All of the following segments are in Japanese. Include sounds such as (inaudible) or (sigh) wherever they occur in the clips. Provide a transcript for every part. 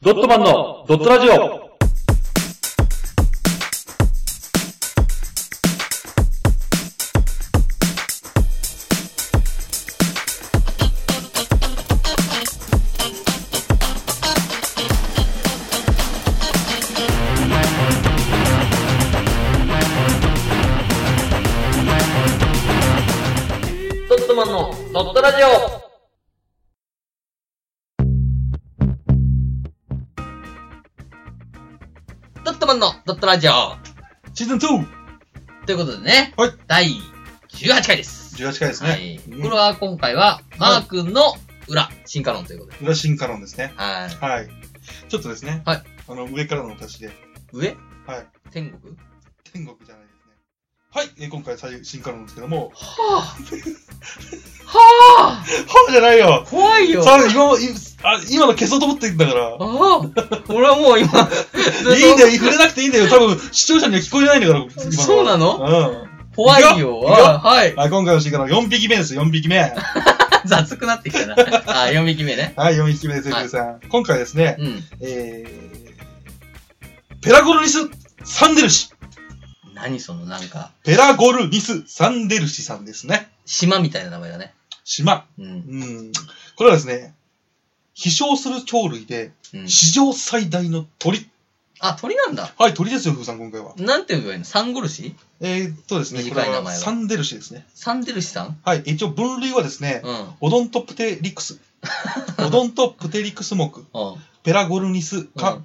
ドットマンのドットラジオドットマンのドットラジオドットマンのドットラジオシーズン 2! ということでね、はい第18回です。 18回ですね。はい。これは今回は、マー君の裏、進化論ということで。裏進化論ですね。はい。はい。ちょっとですね。はい。あの、上からのお足しで、上はい。天国天国じゃないですね。はい。えー今回最進化論ですけども、はぁはぁはぁじゃないよ怖いよさあ、今も、いあ今の消そうと思ってんだから。ああ俺はもう今、 (laughs) いいんだよ、触れなくていいんだよ。多分、視聴者には聞こえないんだから、今はそうなのうん。怖いよ。いくよあはい。はい、今回の進化論4匹目です、4匹目。は雑くなってきたな。あ、4匹目ね。い、4匹目です、エはいルさん、今回ですね、うん。えー、ペラゴルニス・サンデル氏。何そのなんか、ペラゴルニス・サンデル氏さんですね。島みたいな名前だね。島。うん。うんこれはですね、飛翔する鳥類で、うん、史上最大の鳥。あ、鳥なんだ。はい、鳥ですよ、ふうさん、今回は。なんて言えばいいのサンゴルシえー、っとですね、こ短れい名前ははサンデル氏ですね。サンデルシさんはい、一応分類はですね、うん。うん。オドントプテリクス、 (laughs) オドントプテリクス目、ペラゴルニスか、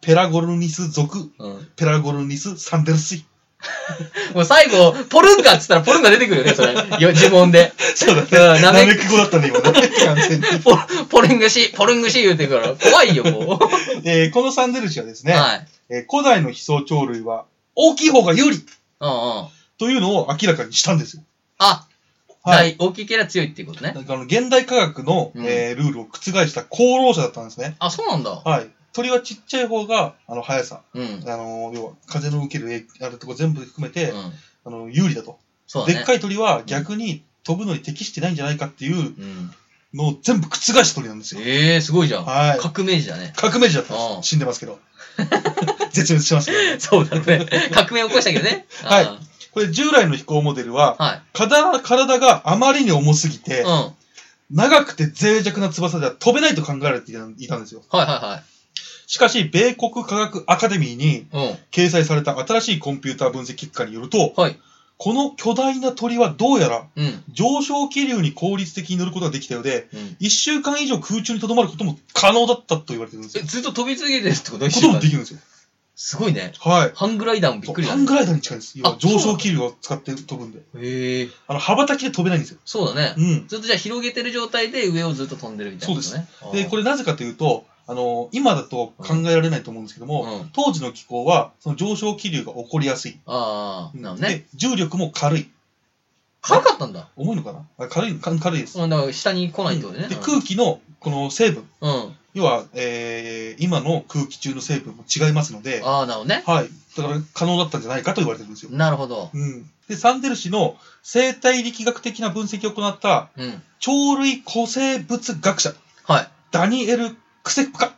ペラゴルニス属、うん。うん。ペラゴルニスサンデル氏。もう最後、ポルンガっつったらポルンガ出てくるよね、それ。よ呪文で。そうだうんね。ななめめく語だったね、今ね。 (laughs) 完全に。ポポルンガシ、ポルンガシ言うてくから。怖いよ、もう。えーこのサンデル氏はですね、はい。えー古代の飛翔鳥類は大きい方が有利うんうん。というのを明らかにしたんですよ。あ、はい大大きいキャラ強いっていうことね。なん (laughs) かあの現代科学の、うんえールールを覆した功労者だったんですね。あ、そうなんだ。はい。鳥はちっちゃい方が、あの、速さ、うん。うあん。の、要は、風の受ける影響、あれとか全部含めて、あの、有利だと。そうだね。でっかい鳥は逆に飛ぶのに適してないんじゃないかっていううん。のを全部覆した鳥なんですよ。ええー、すごいじゃん。はい。革命児だね。革命児だったんうんです。死んでますけ (laughs) ど。絶滅しましたけどそうだね。革命起こしたけどね。はいあこれ従来の飛行モデルは、ー。はい。体体があまりに重すぎてうん。、はい長くて脆弱な翼では飛べないと考えられていたんですよ。はしかし、米国科学アカデミーにいはい。掲載された新しいコンピューター分析結果によると、はいこの巨大な鳥はどうやらうん。うん。上昇気流に効率的に乗ることができたようで、うん。 1週間以上空中に留まることも可能だったと言われてるんですえ、よ。ずっと飛び続けてるってことこともできるんですよ。すごいね。はい。ハングライダーもびっくりハだンね。グライダーに近いんです。要はあそう上昇気流を使って飛ぶんで。へえ。あの、羽ばたきで飛べないんですよ。そうだうね。ん。ずっとじゃあ広げてる状態で上をずっと飛んでるみたいなことね。で、これ、れなぜかというと、あの、今だと考えられないと思うんですけども、うん。当時の気候は、その上昇気流が起こりやすい。ああ、なるほどね。で、重力も軽い。軽かったんだ。重いのかなあ軽いのか軽いです。うん、だから下に来ないってことね。で空気のこの成分、うん。うん要は、えー、今の空気中の成分も違いますので、ああ、なるほどね。はい、だから可能だったんじゃないかと言われてるんですよ。なるほど。うん、でサンデル氏の生態力学的な分析を行ったうん。鳥類古生物学者はダニエル・クセプカい。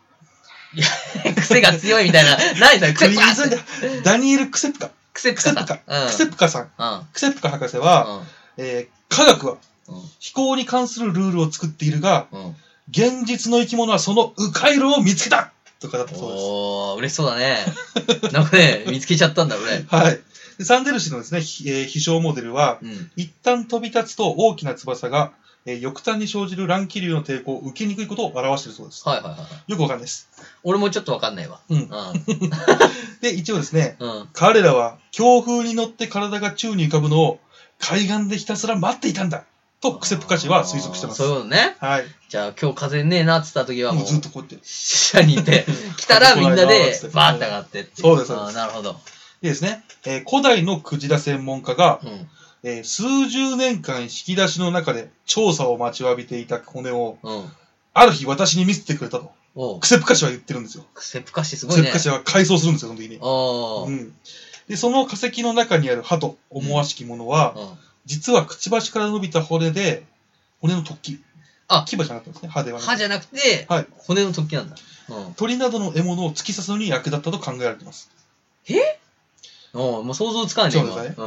(laughs) 癖が強いみたいな。何それ癖バークっリーンズてだダニエル・クセプカ癖ク癖セだ。プカ、うん。クセプカさんうん。クセプカ博士は、えー科学はう飛行に関するルールを作っているがん。うん。現実の生き物はその迂回路を見つけたとかだったそうです。おー、嬉しそうだ (laughs) ね。なんかね、見つけちゃったんだ、俺。はい。でサンデル氏のですね、ひえー飛翔モデルは、うん。一旦飛び立つと大きな翼が、えー翼端に生じる乱気流の抵抗を受けにくいことを表しているそうです。はいはいはいはい。よくわかんないです。俺もちょっとわかんないわ。うんうで、一応ですね、ん。うん。彼らは強風に乗って体が宙に浮かぶのを海岸でひたすら待っていたんだとクセプカ氏は推測してまあーそういす。うことね。はい。じゃあ今日風ねえなって言った時はももう、うずっとこうやって。下にい (laughs) て、来たらみんなでバーって上がってっていそうですそうですあーなるほど。でですね、えー古代のクジラ専門家が、うん。えー数十年間引き出しの中で調査を待ちわびていた骨を、うん。ある日私に見せてくれたと、おうクセプカ氏は言ってるんですよ。クセプカシすクごいセねプ。カ氏は改装するんですよ、その時に。おうー。ん。で、その化石の中にある歯と思わしきものは、うん。実はくちばしから伸びた骨で、骨の突起。あ牙じゃなかったんですね、歯ではな歯くて。じゃなくて、はい骨の突起なんだ。うん。鳥などの獲物を突き刺すのに役立ったと考えられています。うん、もう想像つかんねそうですねう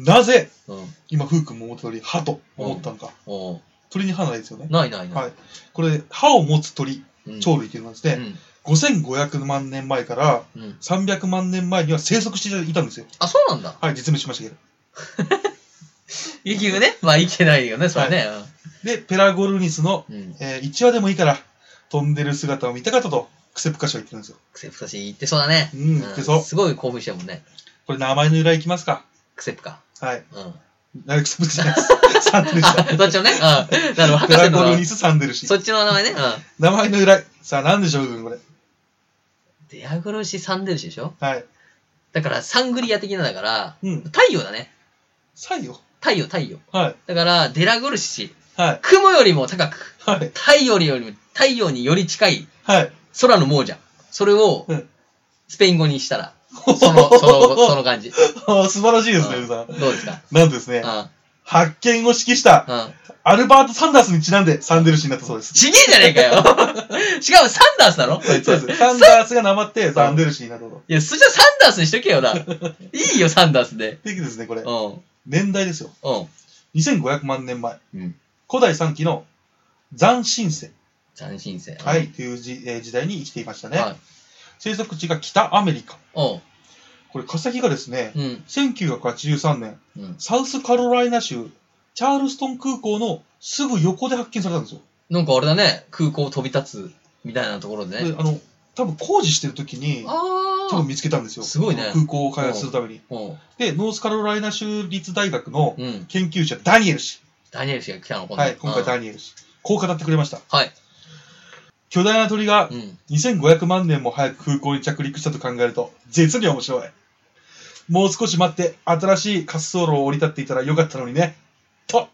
ん。なぜ、うん。今、フー君も思った通り、歯と思ったのか。お鳥に歯ないですよね。ないないない。はいこれ、歯を持つ鳥、うん鳥類というのはですね、うん5500万年前からうん。 300万年前には生息していたんですよ。あ、そうなんだ。はい、絶滅しましたけど。結局ね、まあ、いけないよね、それね。で、ペラゴルニスの、うんうん。え1話でもいいから飛んでる姿を見たかったと、クセプカシは言ってるんですよ。クセプカシ言ってそうだね。うん、言ってそう。すごい興奮してるもんね。これ、名前の由来いきますか。クセプカ。はい。うん。あクセプカじゃな (laughs) いです。サンデ (laughs) ルでした。どっちもね。うん。なるほペど。ラ博士のゴル名ニ前ス・サンデルシ。そっちの名前ね。うん。名前の由来。さあ、なんでしょう、これ。デアグロシ・サンデルシでしょはい。だから、サングリア的なだから、うん。太陽だね。サイよ。太陽、太陽。はい。だから、デラグルシ、はい。雲よりも高く、はい。太陽よりも、太陽により近いはい。空の亡者。それをうん、スペイン語にしたら、その、その、その感じ。あ (laughs) ー素晴らしいですね、うん皆さん。どうですかなんとですね、う発見を指揮したん。うん。アルバート・サンダースにちなんでサンデルシになったそうです。ちげえじゃねえか (laughs) よしかもサンダースなのこいつ。そうです。サンダースがなまってサンデルシになったと。いや、そじゃサンダースにしとけよな。いいよ、サンダースで。でですね、これう、ん。年代ですよ。うん。 2500万年前。うん古代3期の残神世、斬新性。はい、というじ、えー時代に生きていましたね。はい。生息地が北アメリカ。おう。これ、化石がですね、うん。 1983年、うん。サウスカロライナ州、チャールストン空港のすぐ横で発見されたんですよ。なんかあれだね、空港を飛び立つみたいなところでね。であの、多分工事してる時に、あ多分あ。見つけたんですよ。すごいね空港を開発するために。おう。で、ノースカロライナ州立大学のうん。研究者、ダニエル氏。ダニエル氏が来たの、今度はい、今回ダニエル氏。こう語ってくれました。はい。巨大な鳥がうん。うん2500万年も早く空港に着陸したと考えると、実に面白い。もう少し待って、新しい滑走路を降り立っていたらよかったのにね。と、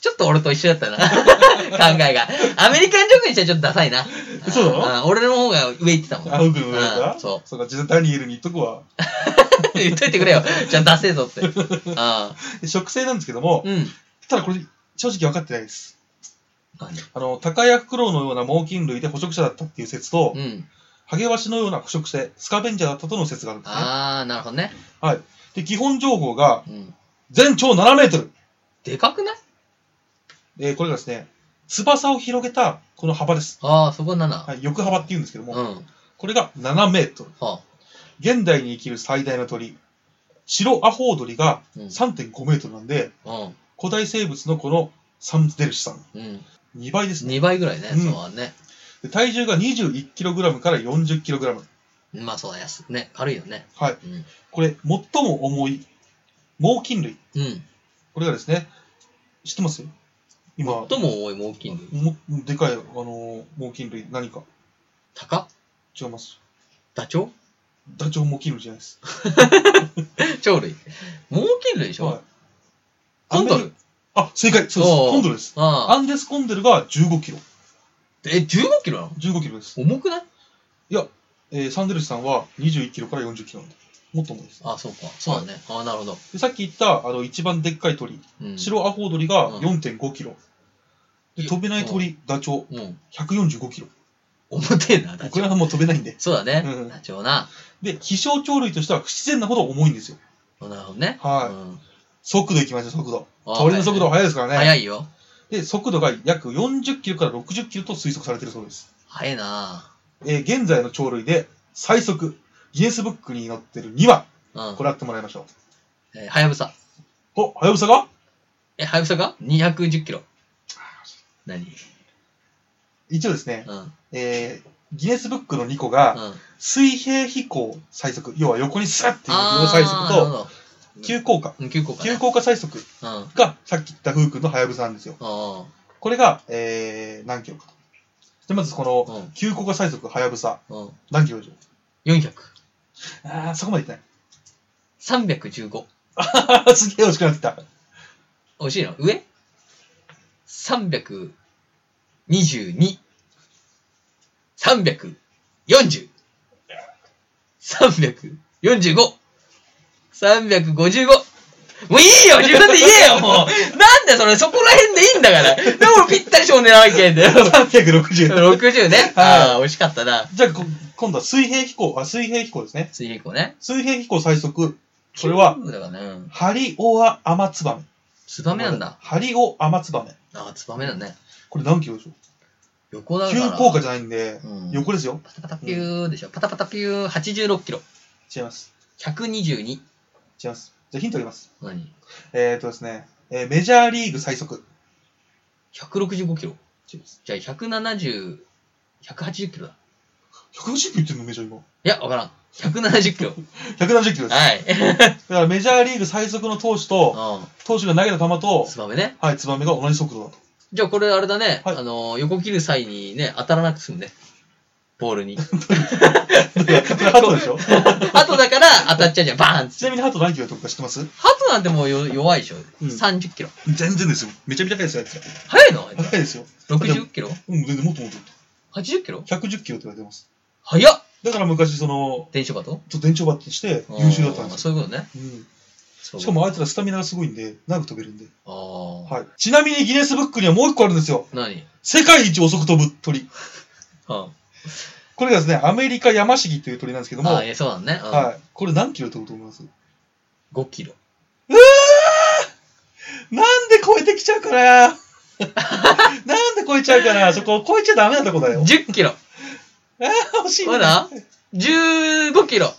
ちょっと俺と一緒だったな。 (laughs) 考えが。アメリカンジョークにしてはちょっとダサいな。そうなのあー俺の方が上行ってたもん。あ、奥の上うかんそう。そうか、実際ダニエルに言っとくわ。 (laughs) 言っといてくれよ。じゃあ出せ (laughs) ぞって。あで植生なんですけどもあ。、うん。ただこれ、正直分かってないです。何あの、タカヤフクロウのような猛禽類で捕食者だったっていう説と、うん。ハゲワシのような捕食性、スカベンジャーだったとの説があるんですね。ああ、なるほどね。で、基本情報が、うん。全長7メートル。でかくないえーこれがですね、翼を広げた、この幅です。ああ、そこは7。はい、翼幅って言うんですけどうも、ん。はこれが7メートル。あ。現代に生きる最大の鳥、白アホウドリがうん。 3.5メートルなんで、うん。古代生物のこのサンデルシさん、うん。 2倍ですね。 2倍ぐらいね、うんそうはね。で体重が 21kg から 40kg。まあそうだ、安ね。軽いよね。はい。うん。これ、最も重い猛禽類。うん。これがですね、知ってます今、最も多い猛禽類。もでかい、あのー猛禽類、何かタカ違います。ダチョウダチョウ猛禽類じゃないです。鳥類。猛禽類でしょ、はい。コンドルあ、正解そうです。おーコンドルです。ああ。アンデスコンドルが15キロ。え、15キロなの15キロです。重くないえーサンデルスさんは21キロから40キロなんで。もっと重いです。ああ、そうか。そうだね。ああ、なるほど。でさっき言った、あの、一番でっかい鳥、うん。白アホウドリがうん4.5キロ。で、飛べない鳥、ダチョウ、うん。 145キロ。重てえな、ダこチれョウ。はもう飛べないんで。そうだね。うんダチョウな。で、飛翔鳥類としては不自然なほど重いんですよ。なるほどね。はいうん速度いきましょう、速度。あ鳥の速度は速いですからね。速いよ。で、速度が約40キロから60キロと推測されているそうです。早いなえー現在の鳥類で最速、ギネスブックに載ってる2羽、うん。これやってもらいましょう。えーはやぶさ。お、はやぶさがえ、はやぶさが ?210 キロ。何一応ですね、うん。うん。えーギネスブックの2個が、水平飛行最速、要は横にスッっていうあ両ー最速なるほと、ど急降下。うん、急降下、急ね。降下最速うん。あが、さっき言った風君のはやぶさなんですよ。あ。これが、えー、何キロかと。で、まずこの、う急降下最速、はやぶさ、ん。うん。何キロでしょう400。あー、そこまでいってない。 315。あ (laughs) ー、すげえ惜しくなってきた。惜しいな。上 ?322。340。345。355。もういいよ自分で言えよもうなんでそれそこら辺でいいんだからでもぴったり少年なわけで360 60ね。 (laughs) ああ、美味しかったな。じゃあこ今度は水平飛行あ水平飛行ですね水平湖ね。水平飛行最速それはキングだからね。ハリオアアマツバメツバメなんだ。ハリオアマツバメああ、ツバメだね。これ何キロでしょ横うだか急ら。降下じゃないんで、うん横ですよパタパタピューでしょ。パタパタピュー86キロ。違います122。違いますじゃあヒントあります何えっ、ー、とですね、えーメジャーリーグ最速 ?165 キロ。違いますじゃあ170、180キロだ。 150キロ言ってるのメジャー今いや、わからん。170キロ。 (laughs) 170キロです、はい。だからメジャーリーグ最速の投手とう投手が投げた球とん。ツバメね。はいツバメが同じ (laughs) 速度だとじゃあこれあれだね。はいあの、横切る際にね、当たらなく済むね。ボールに。 (laughs) だからハトでしょあとだから当たっちゃうじゃん。バーンっつっちてなみにハト何キロやったか知ってますハトなんてもうよ弱いでしょ。うん30キロ。全然ですよめちゃめちゃ速いですよ速いの速いですよ ?60 キロうん全然もっともっと ?80 キロ110キロって言われてます速っだから昔その電車バトちょっと電柱バットして優秀だったんですそうよ、いうことね。うん、そうしかもあいつらスタミナがすごいんで長く飛べるんで、あー、はい、ちなみにギネスブックにはもう一個あるんですよ何世界一遅く飛ぶ鳥うん。これがですねアメリカヤマシギという鳥なんですけども、あはー、いい、やそうなんね。うんこれ何キロ飛ぶと思います5キロ。なんで超えてきちゃうか (laughs) ななんで超えちゃうかなそこ超えちゃダメなとこだよ。 10キロ。ああ、惜しいねほら ?15 キロ。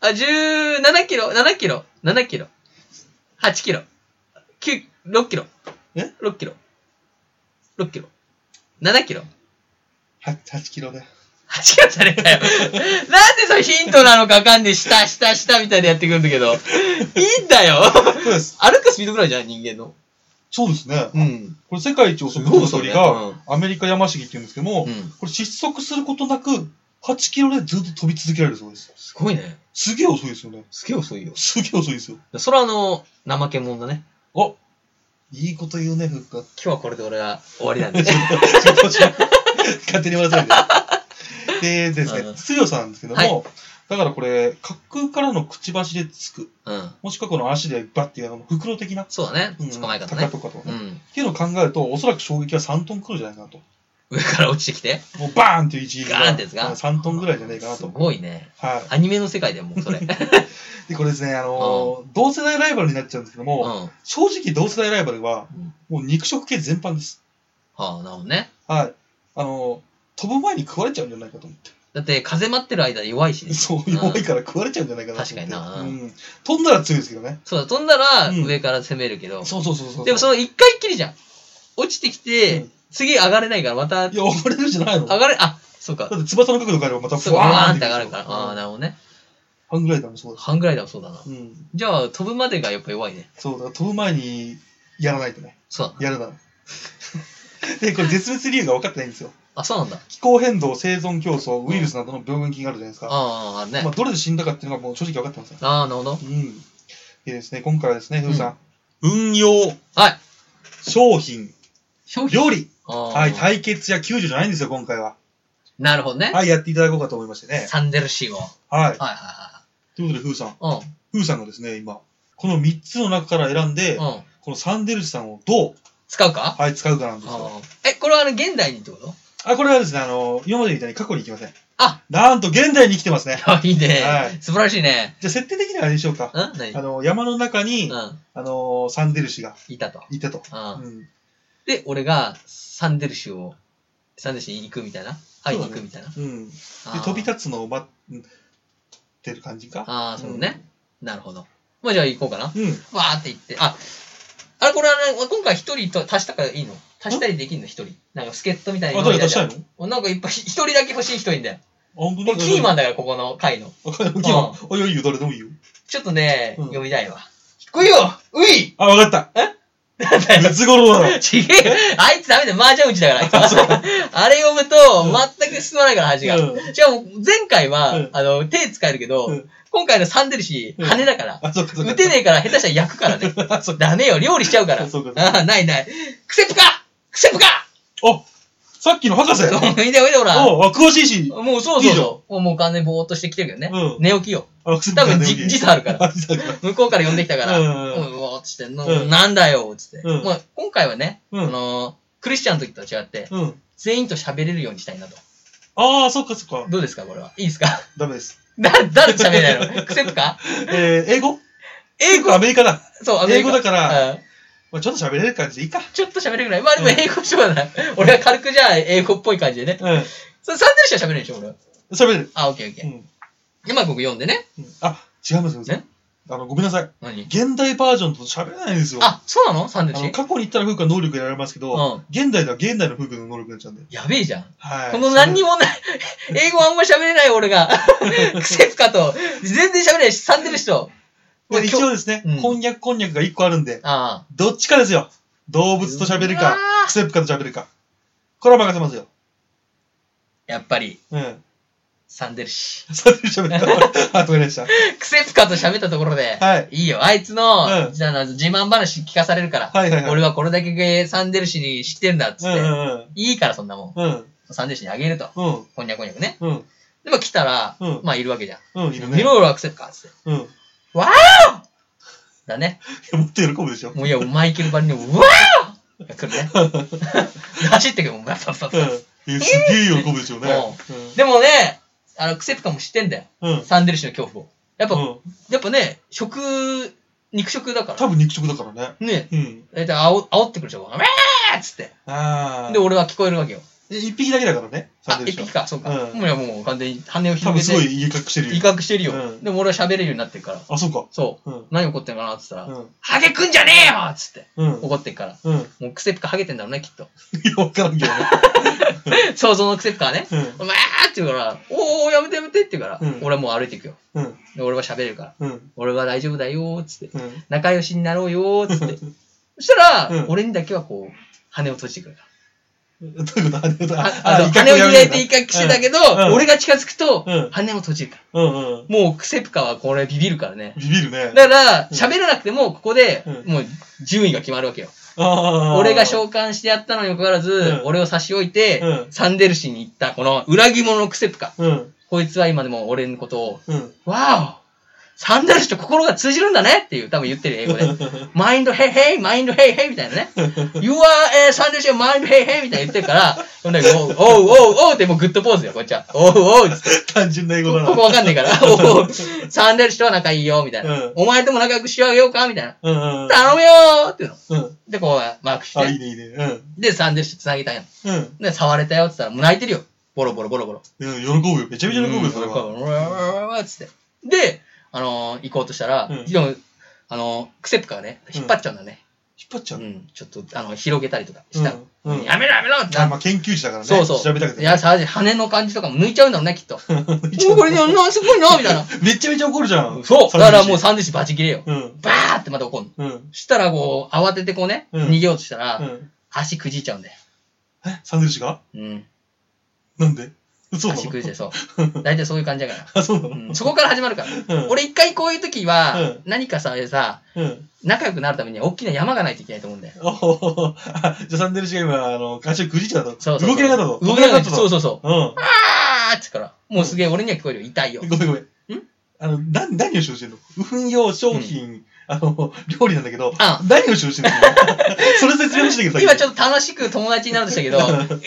あ、17キロ、7キロ、7キロ、8キロ、9、6キロ。え ?6 キロ。6キロ。7キロ。は 8, キロで。 8キロじゃねえかよ。 (laughs) なんでそれヒントなのかわかんねえ。下、下、下みたいでやってくるんだけ (laughs) ど。いいんだよ。そうです。歩くスピードぐらいじゃん、人間の。そうですね。うん。これ世界一遅く飛ぶ鳥すごい遅いがねアメリカヤマシギって言うんですけども、うんこれ失速することなく8キロでずっと飛び続けられるそうです。すごいね。すげえ遅いですよね。すげえ遅いよ。すげえ遅いですよ。それはあの、怠け者だね。あいいこと言うね、ふっか。今日はこれで俺は終わりなん (laughs) で。勝手に笑わないで。でですうねん、強さなんですけども、はいだからこれ、滑空からのくちばしでつく。うん。もしくはこの足でバッてやるあの袋的な、そうだね。うん捕まえ方高ねと。かとかうね、っん。ていうのを考えると、おそらく衝撃は3トンくるんじゃないかなと。上から落ちてきて。もうバーンっていう一撃ガーンってやつが3トンぐらいじゃないかなすと。ごいね。はい。アニメの世界だよ、もう (laughs) それ。うん。で、これですね、あのー同世代ライバルになっちゃうんですけども、は正直同世代ライバルはうん、もう肉食系全般です。あ、なるほどね。はい。あのー飛ぶ前に食われちゃうんじゃないかと思っだって、風待ってる間弱いしねて。。そう、弱いから食われちゃうんじゃないかなと思って。確かになうん。飛んだら強いですけどね。そうだ、飛んだらうん上から攻めるけど。そうそうそうそう。でもその一回きりじゃん。落ちてきて、うん次上がれないから、またいや、溺れるんじゃないの上がれ、あ、そうかだ。って翼の角度変えればまたそう、わーンって上くがるるから。ああ、なるほどね。ハングライダーもそうだし。半ぐらいだもそうだな。うん。じゃあ、飛ぶまでがやっぱ弱いね。そう、だから飛ぶ前にやらないとね。そうだな。やるなら。 (laughs) で、これ絶滅理由が分かってないんですよ。あ、そうなんだ。気候変動、生存競争、ウイルスなどの病原菌があるじゃないですか。あーあー、ねまあ、。どれで死んだかっていうのはもう正直分かってますよ。ああ、なるほど。うん。でですね、今回はですね、ふうさん,、運用、はい。商品、商料理。ははい、対決や救助じゃないんですよ、今回は。なるほどね。 (laughs) はい、やっていただこうかと思いましてね。サンデルシーを。はいはい。はいはということで、ふうさん。いはい。ふうさんがですね、今、この3つの中から選んで、うん。うん。このサンデルジさんをどう、使うかはい、使うかなんですよ。うんえ、これはあの、現代にってことあ、これはですね、あの、今までみたいに過去に行きません。あなんと現代に来てますね。あ (laughs) いいねはい。素晴らしいね。じゃあ、設定的にはあれでしょうか。うん何あの、山の中に、うん。あの、サンデル氏がいたと。いたと。うんうんで、俺がサンデルシュを、サンデルシュに行くみたいな。会いに行くみたいな。うん。で、あー飛び立つのを待ってる感じか。ああ、そうね。なるほど。まあじゃあ行こうかな。うん。わーって行って。あ、あれこれはね、今回一人と足したからいいの足したりできんの一人。なんか助っ人みたいなあ、誰出したいのあ、のなんかいっぱい、 (laughs) 一人だけ欲しい人いんだよ。本こ当れにキーマンン。だから、ここの回の。あキーマン。あ、いやいいよ、誰でもいいよ。ちょっとね、うん読みたいわ。聞くよういあ、わかった。 (laughs) なんだよムツゴロウだろ。ちげえよあいつダメだよ、麻雀打ちだから、あいつ (laughs) は。あれ読むと、全く進まないから、話が。うんじゃあ、前回は、うんあの、手使えるけど、うん今回のサンデルシー、うん羽だから。あ、そうか、そうか。打てねえから、下手したら焼くから (laughs) ね。あ、そうか。ダメよ、料理しちゃうから。そうかああないない。クセプかクセプかあ、さっきの博士 (laughs) そう、おいでおいで、ほら。おうあ詳しいし。もうそういいそうじそう。もう完全にぼーっとしてきてるけどね。うん寝起きよ。多多分じ時差あるから。時差あるから。向こうから呼んできたから、ううんん、うんうんうわーっつって、うんなんだよ、つって。うんまあ、今回はね、うんあのークリスチャンの時と違って、うん。全員と喋れるようにしたいなと。ああ、そっかそっか。どうですか、これは。いいですか (laughs) ダメです。だ、誰と喋れない (laughs) の癖とかえー、英語英語アメリカだ。そう、アメ英リカ語だから、うんまあ、ちょっと喋れる感じでいいか。ちょっと喋れるぐらい。まあでもうん英語しようだな。 (laughs) 俺は軽くじゃあ英語っぽい感じでね。うそれ3人しか喋れないでしょ、俺は。ん。喋れる。あ、オッケーオッケうー。ん。で、まあ僕読んでね。うんあ、違いますよ。ねあの、ごめんなさい。何現代バージョンと喋れないんですよ。あ、そうなの ?3 あ人のし過去に言ったら風花能力やられますけど、うん現代では現代の風花の能力になっちゃうんで。やべえじゃん。はい。この何にもない、英語あんま喋れない俺 (laughs) が、クセつかと、全然喋れないし、サンデル人。で一今応日ですね、うんこんにゃくこんにゃくが1個あるんで、ああ。どっちかですよ。動物と喋るうわか、クセプカと喋るか。これは任せますよ。やっぱり、うん。サンデル氏。さて喋った。 (laughs) あ、わかりました。クセつかと喋ったところで、はい。いいよ、あいつの、うんじゃあ自慢話聞かされるから、はいはいはい。俺はこれだけサンデル氏に知ってんだっつうっんうて、んいいからそんなもん。うん。うん。サンデル氏にあげると。うん。こんにゃくこんにゃくね。うん。でも来たら、うんまあいるわけじゃん。うん。いる見ね。ろ俺はクセつかっつって。うん。いやだね。もっと喜ぶでしょ。もういや、マイケルバリの、うわーが来るね。 (laughs) 走ってくるもん、ガッサッサッうん。いサやッ。すげえ喜ぶでしょうね。でもね、あの、クセプカも知ってんだよ。うん。うん。サンデル氏の恐怖を。やっぱ、うんやっぱね、食、肉食だか多分肉食だからね。ら。ね、うん。だいたい煽煽ってくるじゃん。ウェーっつって。ああ。で、俺は聞こえるわけよ。で一匹だけだからね。あ、三一点で匹しょか、そうか。うんもういや、もう完全に羽を多分広すげごて、い威嚇してる威よ。嚇してるよ。うんでも俺は喋れるようになってるから。あ、そうか。そうう。ん何怒ってんのかなって言ったら、うん。ハゲくんじゃねえよっつって。うん。怒ってっから。うん。いもうクセプカハゲてんだろうね、きっと。 (laughs) (laughs) や、わからんけどね。想像のクセプカはね。うん。お前ーって言うから、おーおー、やめてやめてって言うから、うん俺はもう歩いていくよ。うん。で俺は喋るから。うん。俺は大丈夫だよーっつって。うん。仲良しになろうよーっつ (laughs) って。そしたら、うん俺にだけはこう、羽を閉じてくるかどういうこと羽をら。ああの羽を開いて威嚇してたけど、俺が近づくと、うん羽を閉じるから。うんうん。もうクセプカはこれビビるからね。ビビるね。だから、うん喋らなくても、ここでうん、もう、順位が決まるわけよ。あー俺が召喚してやったのにもかかわらず、ん俺を差し置いて、うんサンデル氏に行った、この裏着物のクセプカ。うん。こいつは今でも俺のことを、うん。 (laughs) わおサンダル氏と心が通じるんだねっていう、多分言ってる英 (laughs) 語で。マインドヘイヘイ、マインドヘイヘイみたいなね。You are a サンダル氏マインドヘイヘイみたいな言ってるから、ほんで、おうおうおうおうってもうグッドポーズよ、こっちは。おうおうっつって。単純な英語だな。ここわかんないから、 (laughs) おうサンダル氏とは仲いいよ、みたいな。うんお前とも仲良くしようよか、みたいな。うんうんうん。頼むよーっていうの。うん。で、こう、マークしあ、いて。いね、いいね。うん。で、サンダル氏繋げたんや。うん。で、触れたよって言ったら、もう泣いてるよ。ボロボロボロボロ。うん、喜ぶよ。めちゃめちゃ喜ぶよ、それは。は。つって。で、あのー、行こうとしたら、うんでも、あのー、クセップからね、引っ張っちゃうんだね。引っ張っちうゃん、う。ちょっと、あの、広げたりとかしたら。うんうんやめろやめろってなあ、っまあ、研究者だからね。そうそう。調べたけどい。や、さ、羽の感じとかも抜いちゃうんだろうね、きっと。もうこめれ、なんすごいな、みたいな。ちゃ (laughs) めちゃ怒るじゃん。そう。だからもうさ。サンデシバチ切れよ。うん。バーってまた怒んの。うん。そしたら、こう、慌ててこうね、うん逃げようとしたら、うん。足くじいちゃうんだよ。え、サンドイッチがうん。なんでそうな足くじいて、のそう。大体そういう感じだかあ、そうなら。うのん、そこから始まるから。うん俺一回こういう時はうん、何かさ、さ、うん。仲良くなるためには大きな山がないといけないと思うんだよ。おほほほ (laughs) あじゃあサンデル氏が今、あの、足をくじいちゃったそと。うそうそう動けなかったと。動けなかった。とそうそうそう。うん。あーっつったから、もうすげえ俺には聞こえるよ。痛いよ。ごめんごめん。あの、な、何を使用してんの運用商品、あの、料理なんだけど、あ何を使 (laughs) 用してんのそれ説明してください。今ちょっと楽しく友達になるとしたけ (laughs) ど、うよん予定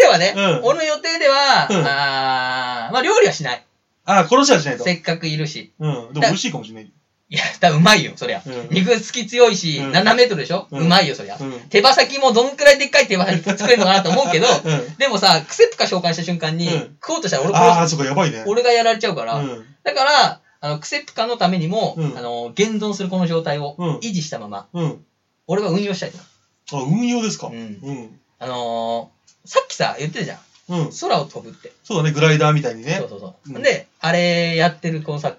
ではね、うん俺の予定では、うんあー、まあ料理はしない。あ、殺しはしないと。せっかくいるし。うん。でも美味しいかもしれない。いや、多分うまいよ、そりゃ。うん肉付き強いし、うん7メートルでしょ、ううんまいよ、そりゃ。うん手羽先もどんくらいでっかい手羽先作れるのかなと思 (laughs) うけど、うんでもさ、クセプカ召喚した瞬間に、うん食おうとしたら俺ああ、殺すそこやばいね。俺がやられちゃうから、うん。だから、あの、クセプカのためにも、うんあの、現存するこの状態をうん維持したまま、うん。俺は運用したいと。あ、運用ですか。ううんん。あのー、さっきさ、言ってたじゃん。うん。空を飛ぶって。そうだね、グライダーみたいにねそう。そうそう。うんで、あれやってるこのさ、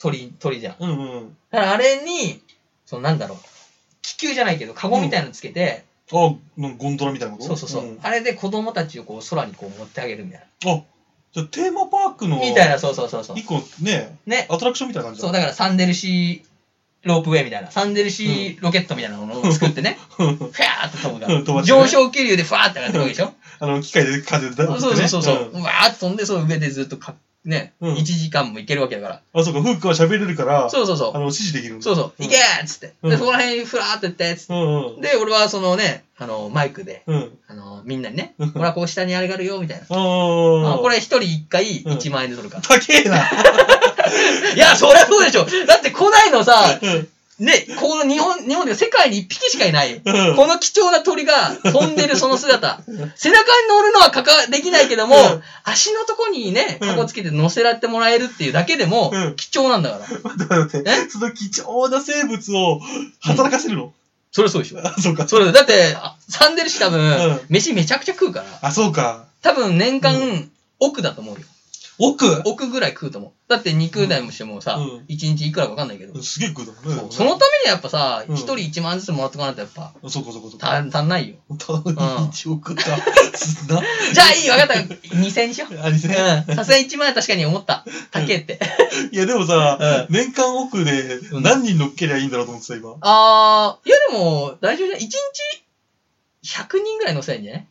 鳥、鳥じゃん。うんうん。だからあれに、そのなんだろう、気球じゃないけど、カゴみたいなのつけて、あ、なんかゴンドラみたいなことそうそうそう、んあ、あれで子供たちをこう空にこう持ってあげるみたいじゃあテーマパークのな。、みたいな、そうそうそうそう。一個ね、ね。アトラクションみたいな感じだ。そう、だからサンデルシーロープウェイみたいな、サンデルシーロケットみたいなものを作ってね。ファーっと飛ぶかうん飛ばら。してね上昇気流でファーって上がってくるでしょ (laughs) あの、機械で風出たそうそうそうそう。んうわーっと飛んで、その上でずっとか、ね、うん1時間も行けるわけだかあ、そうか、フックは喋れるから、ら。そうそうあその、指示できるんう。だそうそう。ん行けーっつって。うで、んそこら辺にふらーって行って、つって。うんうん。で、俺はそのね、あの、マイクで、うん。うん。あの、みんなにねうん、俺はこう下にあれがあるよ、みたいな。ああこれ一人一回1万円で取るから。高え (laughs) な。いや、そりゃそうでしょ。だって古代のさ、うんね、この日本、日本で世界に1匹しかいない。 (laughs) うんこの貴重な鳥が飛んでるその (laughs) 姿。背中に乗るのはかか、できないけどもうん、足のとこにね、うんタコつけて乗せられてもらえるっていうだけでもうん、貴重なんだから。待って待って。えその貴重な生物を働かせるの、それそうでしょ。あ、そう (laughs) か。それ、だって、あサンデル氏多分うん、飯めちゃくちゃ食うから、あ、そうか。多分年う間、億だと思うよ。奥億ぐらい食うと思う。だって肉代もしてもさうん、 1日いくらかわかんないけど。すげえ食うだもんそね。うそのためにはやっぱさ、うん一人1万ずつもらっておかないとやっぱ、そうかそうかそうたか。足んないよ。たぶん1億か。すんな。じゃあいいよ、わかった。2000にしよ (laughs) う。あれうん。ね。さすがに1万は確かに思った。高えって。いやでもさ、年間奥でうん何人乗っけりゃいいんだろうと思ってた、今。あー、いやでも、大丈夫じゃない ?1 日100人ぐらい乗せないんじゃない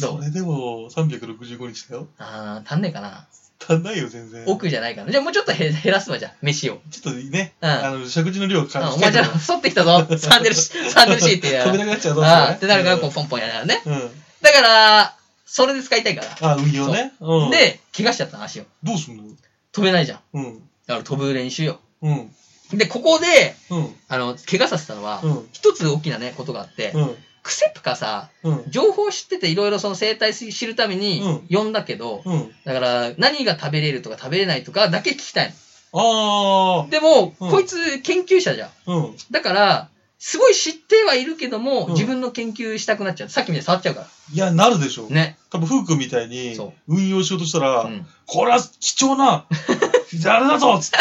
どそうれでも365日だよ。あー、足んねえかな。足んないよ、全然。奥じゃないかな。じゃあもうちょっと減減らすわ、じゃあ、飯を。ちょっとね、うんあの、食事の量からあお前じゃあ、太ってきた (laughs) ぞ。サンデルシ、サンデルシーってや食べなくなっちゃうぞ。あーっそてれなるから、こう、ポンポンやりながらね。うん。うんだから、それで使いたいから。あ、運用ね。うん。、で、怪我しちゃったの、足を。どうすんの飛べないじゃん。うん。だから飛ぶ練習よ。うん。で、ここで、うん。あの、怪我させたのは、うん。一つ大きなね、ことがあって、うん。クセプかさ、うん。情報を知ってていろいろその生態知知るためうにん読んだけど、うん。だから何が食べれるとか食べれないとかだけ聞きたいあの。でも、うんこいつ研究者じゃん。ー。うん。だから、すごい知ってはいるけども、うん自分の研究したくなっちゃう。さっきみたいに触っちゃうかいや、なるでしょら。。ね。多分、フー君みたいにそ運用しようとしたうら、ん、これは貴重 (laughs) な、あれだぞっつって。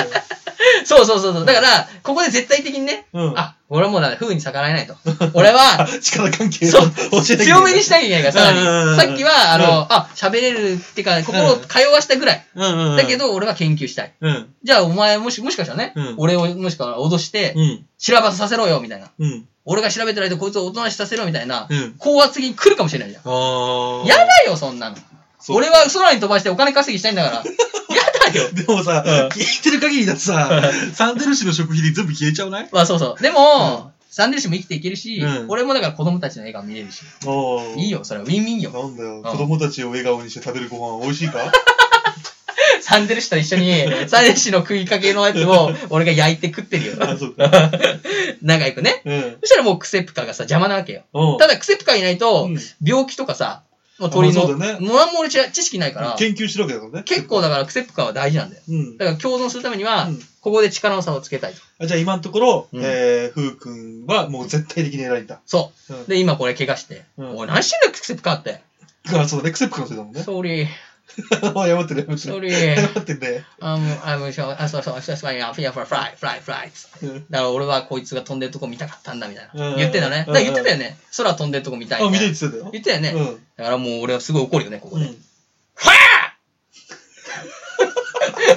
そうそうそうそう。だから、ここで絶対的にね、うん。あ、俺はもうだ、風に逆らえないと。俺は、 (laughs) 力関係をそう教えて強めにしい。なきゃいけないから、さらうんに。さっきは、あの、あ、喋れるってか、心を通わしたぐらい。うんうんうん。だけ、ど、俺は研究したい。うん。じゃあ、お前、もし、もしかしたらね、うん俺を、もしかしたら脅して、うん。調べさせろよ、みたいな。うん。俺が調べてないとこいつをおとなしさせろ、みたいな、うん。高圧的に来るかもしれないじゃん。あー。やだよ、そんなの。そう俺は空に飛ばしてお金稼ぎしたいんだから。やだよ。 (laughs) でもさ、うん聞いてる限りだとさ、サンデル氏の食費で全部消えちゃうないまあ、そうそう。でうも、サンデル氏も生きていけるし、うん俺もだから子供たちの笑顔見れるし。 (laughs) おいいよ。よ、それはウィンウィンよ。なんだよ、子供たちを笑顔にして食べるご飯は美味しい (laughs) かサンデル氏と一緒に、サンデル氏の食いかけのやつを、俺が焼いて食ってるよ。 (laughs) あ、そうか。仲良くね。うん。そしたらもうクセプカがさ、邪魔なわけよ。うんただクセプカいないとうん、病気とかさ、もう鳥あの、そうだねもうあんま俺知ら知識ないから、研究してるわけだからね。結構だからクセプカは大事なんだよ。うんだ。から共存するためにはうん、ここで力の差をつけたいと。あじゃあ今のところ、うんえー、ふうくんはもう絶対的に偉いんだ。そうう。で、今これ怪我して。うんおい、何してんだよ、クセプカって。ん。あ、そうだね、クセップかのせいだもん (laughs) ね。 sorry, あ、やばってる、やばってる。 sorry, (laughs) 謝ってんね。 I'm, I'm, sure, I'm, so, so, I'm, so, so, I'm, fly, fly, fly, fly. うんだから俺はこいつが飛んでるとこ見たかったんだ、みたいうんな。言ってたよね。だから言ってたよね。空飛んでるとこ見たいあ、見た言いって言ってたよ。ってたよね。だからもう俺はすごい怒るよね、ここうん。うで。ん。ファー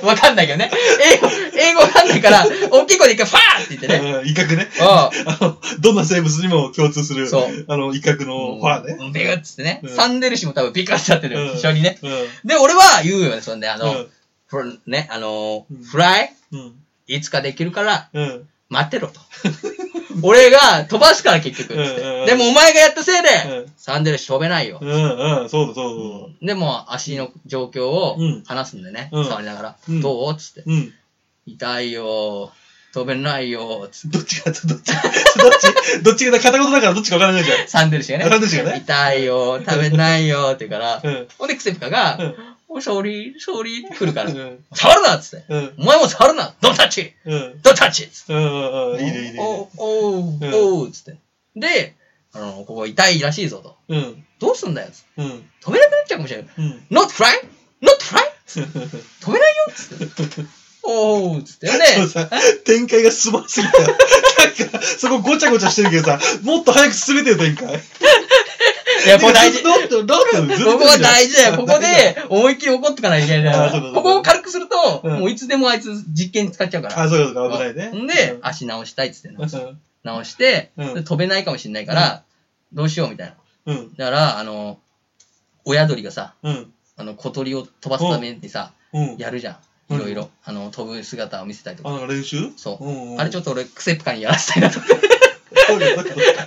わかんないけどね。英語、英語わかんないから、大きい声で一回ファーって言ってね。うん威嚇ね。ああの、どんな生物にも共通する、そうあの、威嚇あ。のファーね。うんビクッつってねう。んサンデル氏も多分ビクッしちゃってるよ、うん一緒にね。うで、俺は言うよね、そんで、あん。の、フルね、あのうん、フライ、うん。いつかできるから、うん。うん。待ってろと。俺が飛ばすから結局、つっうんうんて。でもお前がやったせいでうん、サンデル氏飛べないよ。うん。うん。そうだ、そうでも足の状況をうん話すんでね、うん触りながら、うんどうつって。だ。うん。痛いよ飛べないよつってどっちが、どっち、どっち、どっちが、片言だからどっちか分からないじゃん。サンデル氏がねサンデル氏がね痛いよ食べないよって言うから、うんほんでクセプカうがん「お勝利勝利」って来るからうん「触るな!」っつってうん「お前も触るなドンタッチうん。ドンタッチ!」っつっうん。うん。ていいね、いいね。おおおうんおお」っつってであの「ここ痛いらしいぞ」とうん。 「どうすんだよ」つってうん。飛べなくなっちゃうかもしれないうん。 「Not fly! Not fly! 飛べないよ」っつって (laughs) 「おお」っつってでそうさ、展開がすごすぎたよ。なんか、そこごちゃごちゃしてるけどさ、もっと早く進めてよ、展開。いやこれ大事ロット、ロット、ここは大事だよ。ここで思いっきり怒っとかないといけないあそかうそうそら。うここを軽くすると、うんもういつでもあいつ実験に使っちゃうから。あ、そうか、そうか、危ないね。んで、足直したいっつってなう直して、うんで飛べないかもしれないから、どうしようみたいな。ん。うん。だから、あの、親鳥がさ、うん。あの、小鳥を飛ばすためにさ、うん。やるじゃん。うんいろいろ。あの、飛ぶ姿を見せたりとあ、か。なんか練習そうんうう。んあれちょっと俺、クセプカにやらせたいなと。どういうことどういうこ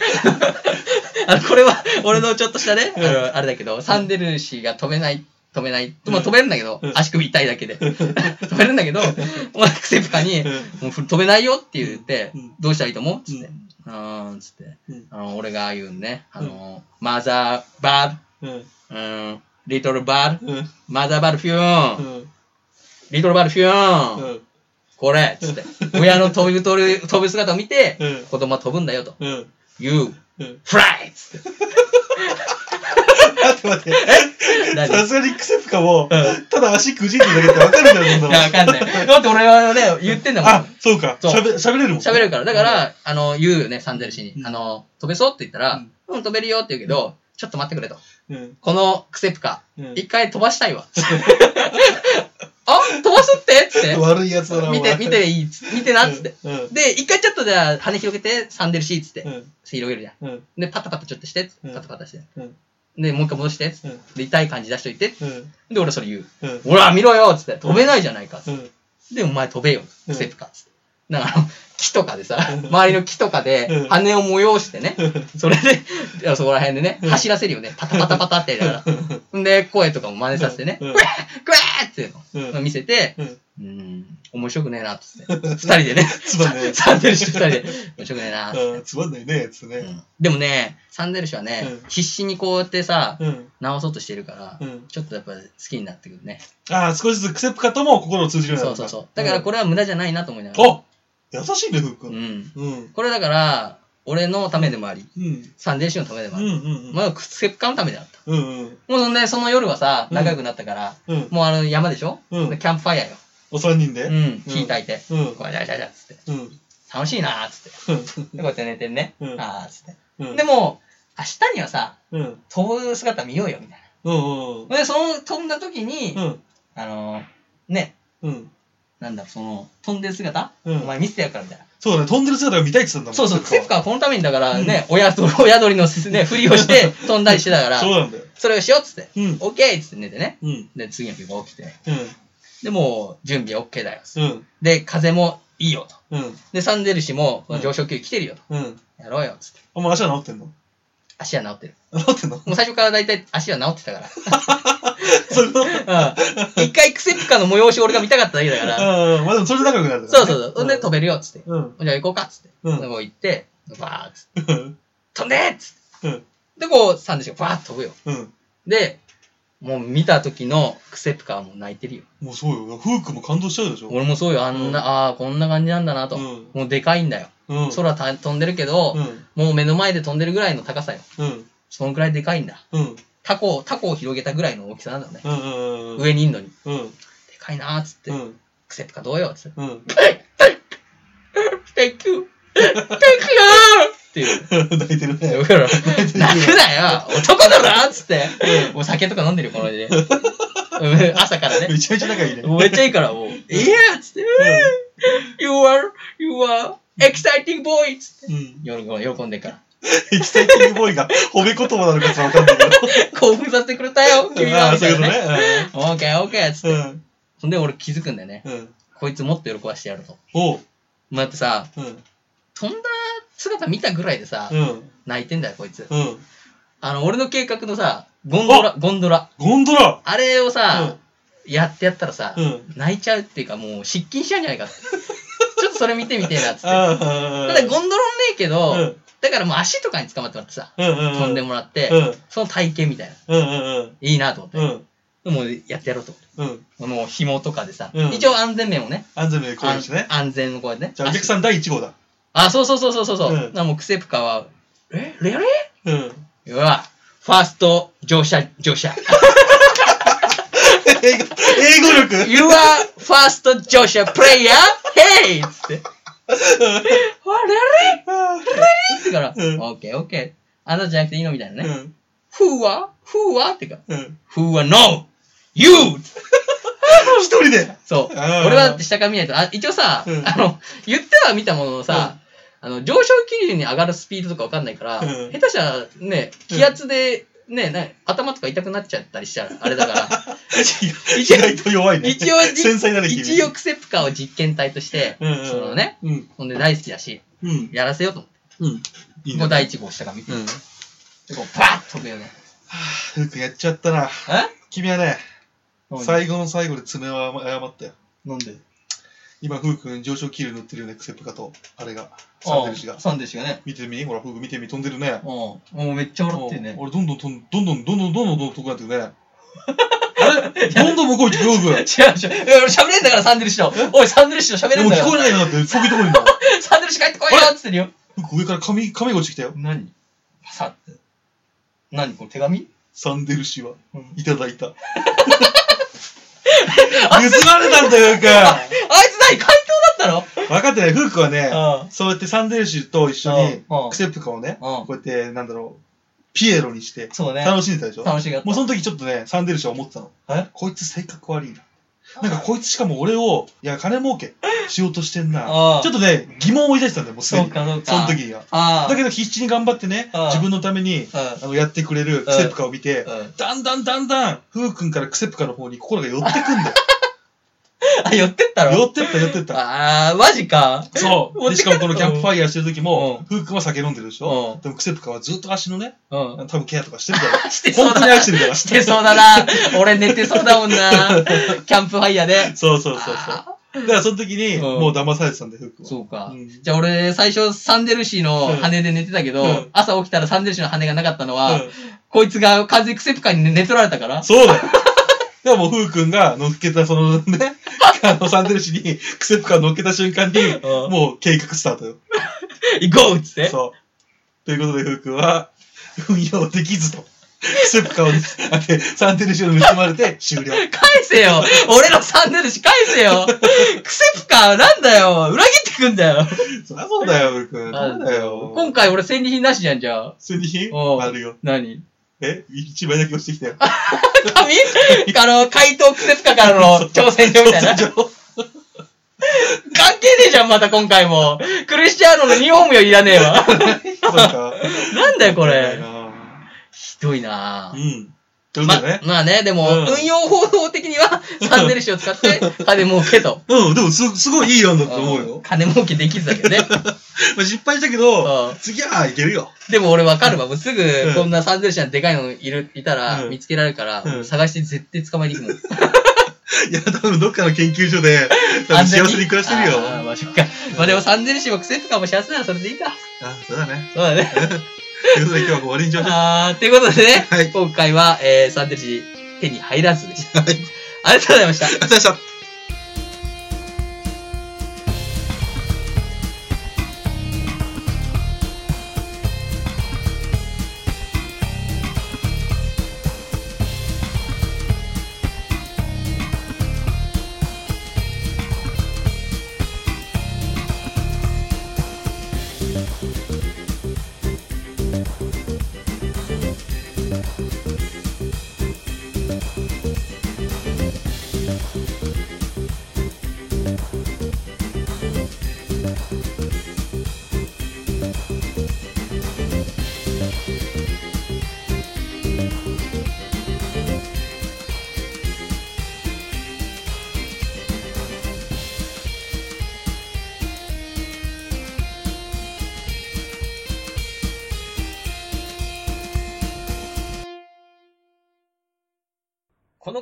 あの、これは、俺のちょっとしたね、あうんのあれだけど、サンデル氏が飛べない、飛べない。まあ、飛べるんだけどう、ん足首痛いだ (laughs) けで。飛べるんだけど、お前クセプカに、ともう飛べないよって言ってうん、どうしたらいいと思うつってう。うーん、つって。うんあの、俺が言うんね、あの、マザーバうん。ード、うん、リトルバード、うん。マザーバードフュうーン、ん。リトルバードフューン、うん。これつって。親の飛び、飛び、飛ぶ姿を見てうん、子供は飛ぶんだよと。うん。 You うん。 fly! つ (laughs) って。待って待って。何さすがにクセプカも、うただ足くじいてるだけってわかるじゃん、そいんなもんや、わかんない。だって俺はね、言ってんだもあん。、そうか。そう喋喋れるもん。喋れるから。だから、あの、言うよね、サンデル氏にう。んあの、飛べそうって言ったうらん、うん、飛べるよって言うけど、ちょっと待ってくれと。うん。このクセプカ、うん一回飛ばしたいわ。 (laughs) あ飛ばすってつって。悪いやつだな、お前見て、見ていいっつ見てなっつって。。うん。で、一回ちょっとじゃあ、羽広げて、サンデルシーっつってう。ん。広げるじゃん。うん。で、パタパタちょっとしてっつって、うんパタパタして。うん。で、もう一回戻してっつって。うん。で、痛い感じ出しといて。うん。で、俺それ言う。うん。ほら、見ろよっつって。飛べないじゃないかっつっうん。て。で、お前飛べよ。うクんセプカっつって。だからあの、 (laughs) 木とかでさ、うん周りの木とかうでん、羽を催してね。それで、いやそこら辺でね、うん走らせるよね。パタパタパタってやりながら。んで、声とかも真似させてね、うグエんーグエーっていうのうをん見せて、うん。うーん、面白くねえなっ、つって。二人でね、つまんねサンデル氏二人で、面白くねえなっつってえ。うん。つまんないね、つっうてね。んでもね、サンデル氏はね、うん必死にこうやってさ、うん。直そうとしてるから、うん。ちょっとやっぱ好きになってくるね。ああ、少しずつクセプカとも心を通じるようにそなうったそうそう。だからこれは無駄じゃないなと思いながら。お優しいね、ふっく。うんん。うん。これだから、俺のためでもあり、うん。サンデル氏のためでもうあん。うり、ん。まあ、くっつけっかのためであった。うん。うん。もうそんで、その夜はさ、うん仲良くなったから、うん。もうあの山でしょ、うんでキャンプファイヤーよ。お三人でう、うん火焚いて。ん。こうじゃじゃじゃっつって。うん。楽しいなーっつって。で、こうやって寝てんね。うんあーっつって。うん。でも、明日にはさ、うん。飛ぶ姿見ようよ、みたいうん。うん。な。で、その飛んだ時に、うん。あのー、ね、うん。なんだろう、その、飛んでる姿、うんお前見せてやるから、みたいな。そうだね、飛んでる姿が見たいって言ってたんだもん。そうそう、クセプカカはこのためにだからね、親と、親鳥のね、ふりをして飛んだりしてたかは。ら、そうなんだよ。それをしようっつって。うん。オッケーっつって寝てね。うん。で、次の日も起きて。うん。で、もう、準備オッケーだよ。うん。で、風もいいよと。うん。で、サンデル氏も、この上昇球来てるよと。うん。やろうよ、つって。お前足は治ってんの足は治ってる。治ってんの (laughs) もう最初から大体足は治ってたから。それと、うん。うん一回クセプカの催しを俺が見たかっただけだから。まあでもそれで仲良くなるそうそうそう。ほんで、飛べ。べるよ、つって。うん。じゃあ行こうか、つって。うんでこう行って、バーッつって。うん。飛んでーっつって。うん。で、こう、サンデル氏がバーッと飛ぶよ。うん。で、もう見た時のクセプカはもう泣いてるよ。もうそうよ。フークも感動しちゃうでしょ。俺もそうよ。あんな、うんああ、こんな感じなんだなと。うんもうでかいんだよ。うん。空た飛んでるけど、うん。もう目の前で飛んでるぐらいの高さよ。うん。そのくらいでかいんだ。うん。タコを、タコを広げたぐらいの大きさなんだよね。うん。うん。上にいんのに。でうん。かいなーっつって。うん。クセプカどうよっ (laughs) つって。うん。 Thank you! Thank you! っていう。泣いてるねだ。から、泣くなよ男だろっつって。もう酒とか飲んでるよ、この間 (laughs) ね。うん朝からね。めちゃめちゃ仲いいね。もうめっちゃいいから、もう。いやっつって。You are, you are exciting boy! っつって。うん。喜んでるから。エキサイティングボーイが褒め言葉なのかちょっとわかんないけど。 (laughs) 興奮させてくれたよ君あはあ、みそたういいうなことね。ね。オーケーオーケーっつっうて。ん。ほんで俺気づくんだよね。うん。うん。こいつもっと喜ばしてやると。おう。だってさ、うん。飛んだ姿見たぐらいでさう、ん。泣いてんだよ、こいつ。うん。あの、俺の計画のさ、ゴンドラ、ゴンドラ。ゴンドラあれをさ、やってやったらさ、うん。泣いちゃうっていうかもう失禁しちゃうんじゃ (laughs) ないかってちょっとそれ見てみてえなっつって。たああ。だゴンドロンねえけど、うんだからもう足とかに捕まってもらってさ、うんうんうん。飛んでもらって、うんその体験みたいな。うんうんいいなと思って。うん。うん。もうやってやろうと思って。うん。もう紐とかでさ、うん一応安全面をね、安全面こうですね。安安全のこうやってね。じゃあお客さん第1号だ。あ、あそうそうそうそうそう。そううんだからもうクセプカは、えレレうん。うわ、ファースト乗車、乗車。英語、英語力 You are first 乗車プレイヤー Hey! っつって。わ、レレってから、うんオッケーオッケー。あなたじゃなくていいのみたいなうね。ん。 Who are? Who are? ってか、うん。 Who are no? You! 一人で。そう。あー俺はだって下から見ないと、あ一応さ、うんあの、言っては見たもののさ、あの、上昇気流に上がるスピードとかわかんないから、うん下手したらね、気圧でね、な頭とか痛くなっちゃったりしたら、あれだから、意外と弱 (laughs) いね。一応じ繊細だね、君。一応クセプカを実験体として、うんうんそのね、うん。ほんで大好きだし、うん。やらせようと思って。うん。いいんもだう第一号したから見て、うん。でこうバーッと飛ぶよね。ふうくんやっちゃったな。え君はね、最後の最後で爪を誤誤ったよ。なんで今、ふうくん上昇気流塗ってるよね、クセプカと、あれが、サンデル氏が。サンデル氏がね。見てみほら、ふうくん見てみ飛んでるね。うん。もうめっちゃ笑ってるね。俺、どんどん飛ん、どんどん、どんどん、どんどん、どんどん遠くなってくね。あれどんどん向こう行ってくよ、ふ (laughs) う違う違う。くん。いや俺喋れんだから、サンデル氏の。おい、サンデル氏の喋でれんもだ聞かこえら。ないよ、だって、遠いとこにいるんだもん。サンデル氏帰ってこいよって言ってるよ。ふうくん上から紙、紙が落ちてきたよ。何パサって。何これ手紙サンデル氏はうん、いただいた。盗まれたんだよ、ふうああいくつ何怪盗だったん。分かってない、ふうくんはね、のうん。そうやってサンデル氏と一緒にうんうん、クセプカをね、うんこうやって、なんだろう、ピエロにして、そうね。楽しんでたでしょ楽しかったもうその時ちょっとね、サンデル氏は思ってたの。えこいつ性格悪いな。なんかこいつしかも俺を、いや、金儲けしようとしてんな。ちあょあっとね、疑問を抱いてたんだよ、もうすでそうに。か、そうか。その時には。ああ。だけど必死に頑張ってねああ、自分のために、うあの、やってくれるクセプカを見て、ん。うん。だんだんだんだん、ふうくんからクセプカの方に心が寄ってくんだよ。あ、 (laughs) 寄ってったろ寄ってった、寄ってった。ああ、マジか。そう。持っで、てしくかもこのキャンプファイヤーしてる時もうん、ふうくんは酒飲んでるでしうょんでもクセプカはずっと足のね、うん。多分ケアとかしてるから。 (laughs) してそう本当だに愛して (laughs) るから。してそうだな。俺寝てそうだもん (laughs) な。キャンプファイヤーで。そうそうそうそう。だからその時に、うんもう騙されてたんだよ、フックは。そうか。うんじゃあ俺、最初サンデルシーの羽で寝てたけど、うん朝起きたらサンデルシーの羽がなかったのは、うんこいつが完全にクセプカに寝取られたから。そうだよ。でも、フー君が乗っけた、そのね、あの、サンデル氏に、クセプカー乗っけた瞬間に、うんもう計画スタートよ。 (laughs) 行こうっつって。そう。ということで、フー君は、運用できずと。クセプカーを、あでサンデル氏を盗まれて終了。返せよ俺のサンデルシー返せ (laughs) よクセプカなんだよ裏切ってくんだよそりゃそうだよ、フー君。そうだよ。今回俺戦利品なしじゃん、じゃあ。戦利品うんあるよ。何 (laughs) え一枚だけ落ちてきたよ。紙あの、怪盗クセプカからの挑戦状みたいな。挑戦状関係ねえじゃん、また今回も。クリスチャーノの日本ムよりいらねえわ。 (laughs) そうか。 (laughs) なんだよ、こうれ。んひどいなぁ。うん。ということまでね。まあね、でも、うん運用方法的には、サンデル紙を使って、金儲けと。うん、でもす、すごいいい案だと思うよ。金儲けできるだけ (laughs) どね。まあ、失敗したけうどん、次はいけるよ。でも俺わかるわ。もうすぐう、んこんなサンデル紙のでかいのいる、いたら、うん見つけられるから、うん探して絶対捕まえに行くもん。 (laughs) いや、多分どっかの研究所で、多分安全幸にせに暮らしてるよ。あーまあ、そっか。まあでも、サンデル紙もクセとかも幸せならそれでいいか。あ、そうだね。そうだね。ということで今日は終わりにしましょう。あー、ということでね、はい今回は、えー、サンデル紙手に入らずでした。ありがとうございました。ありがとうございました。この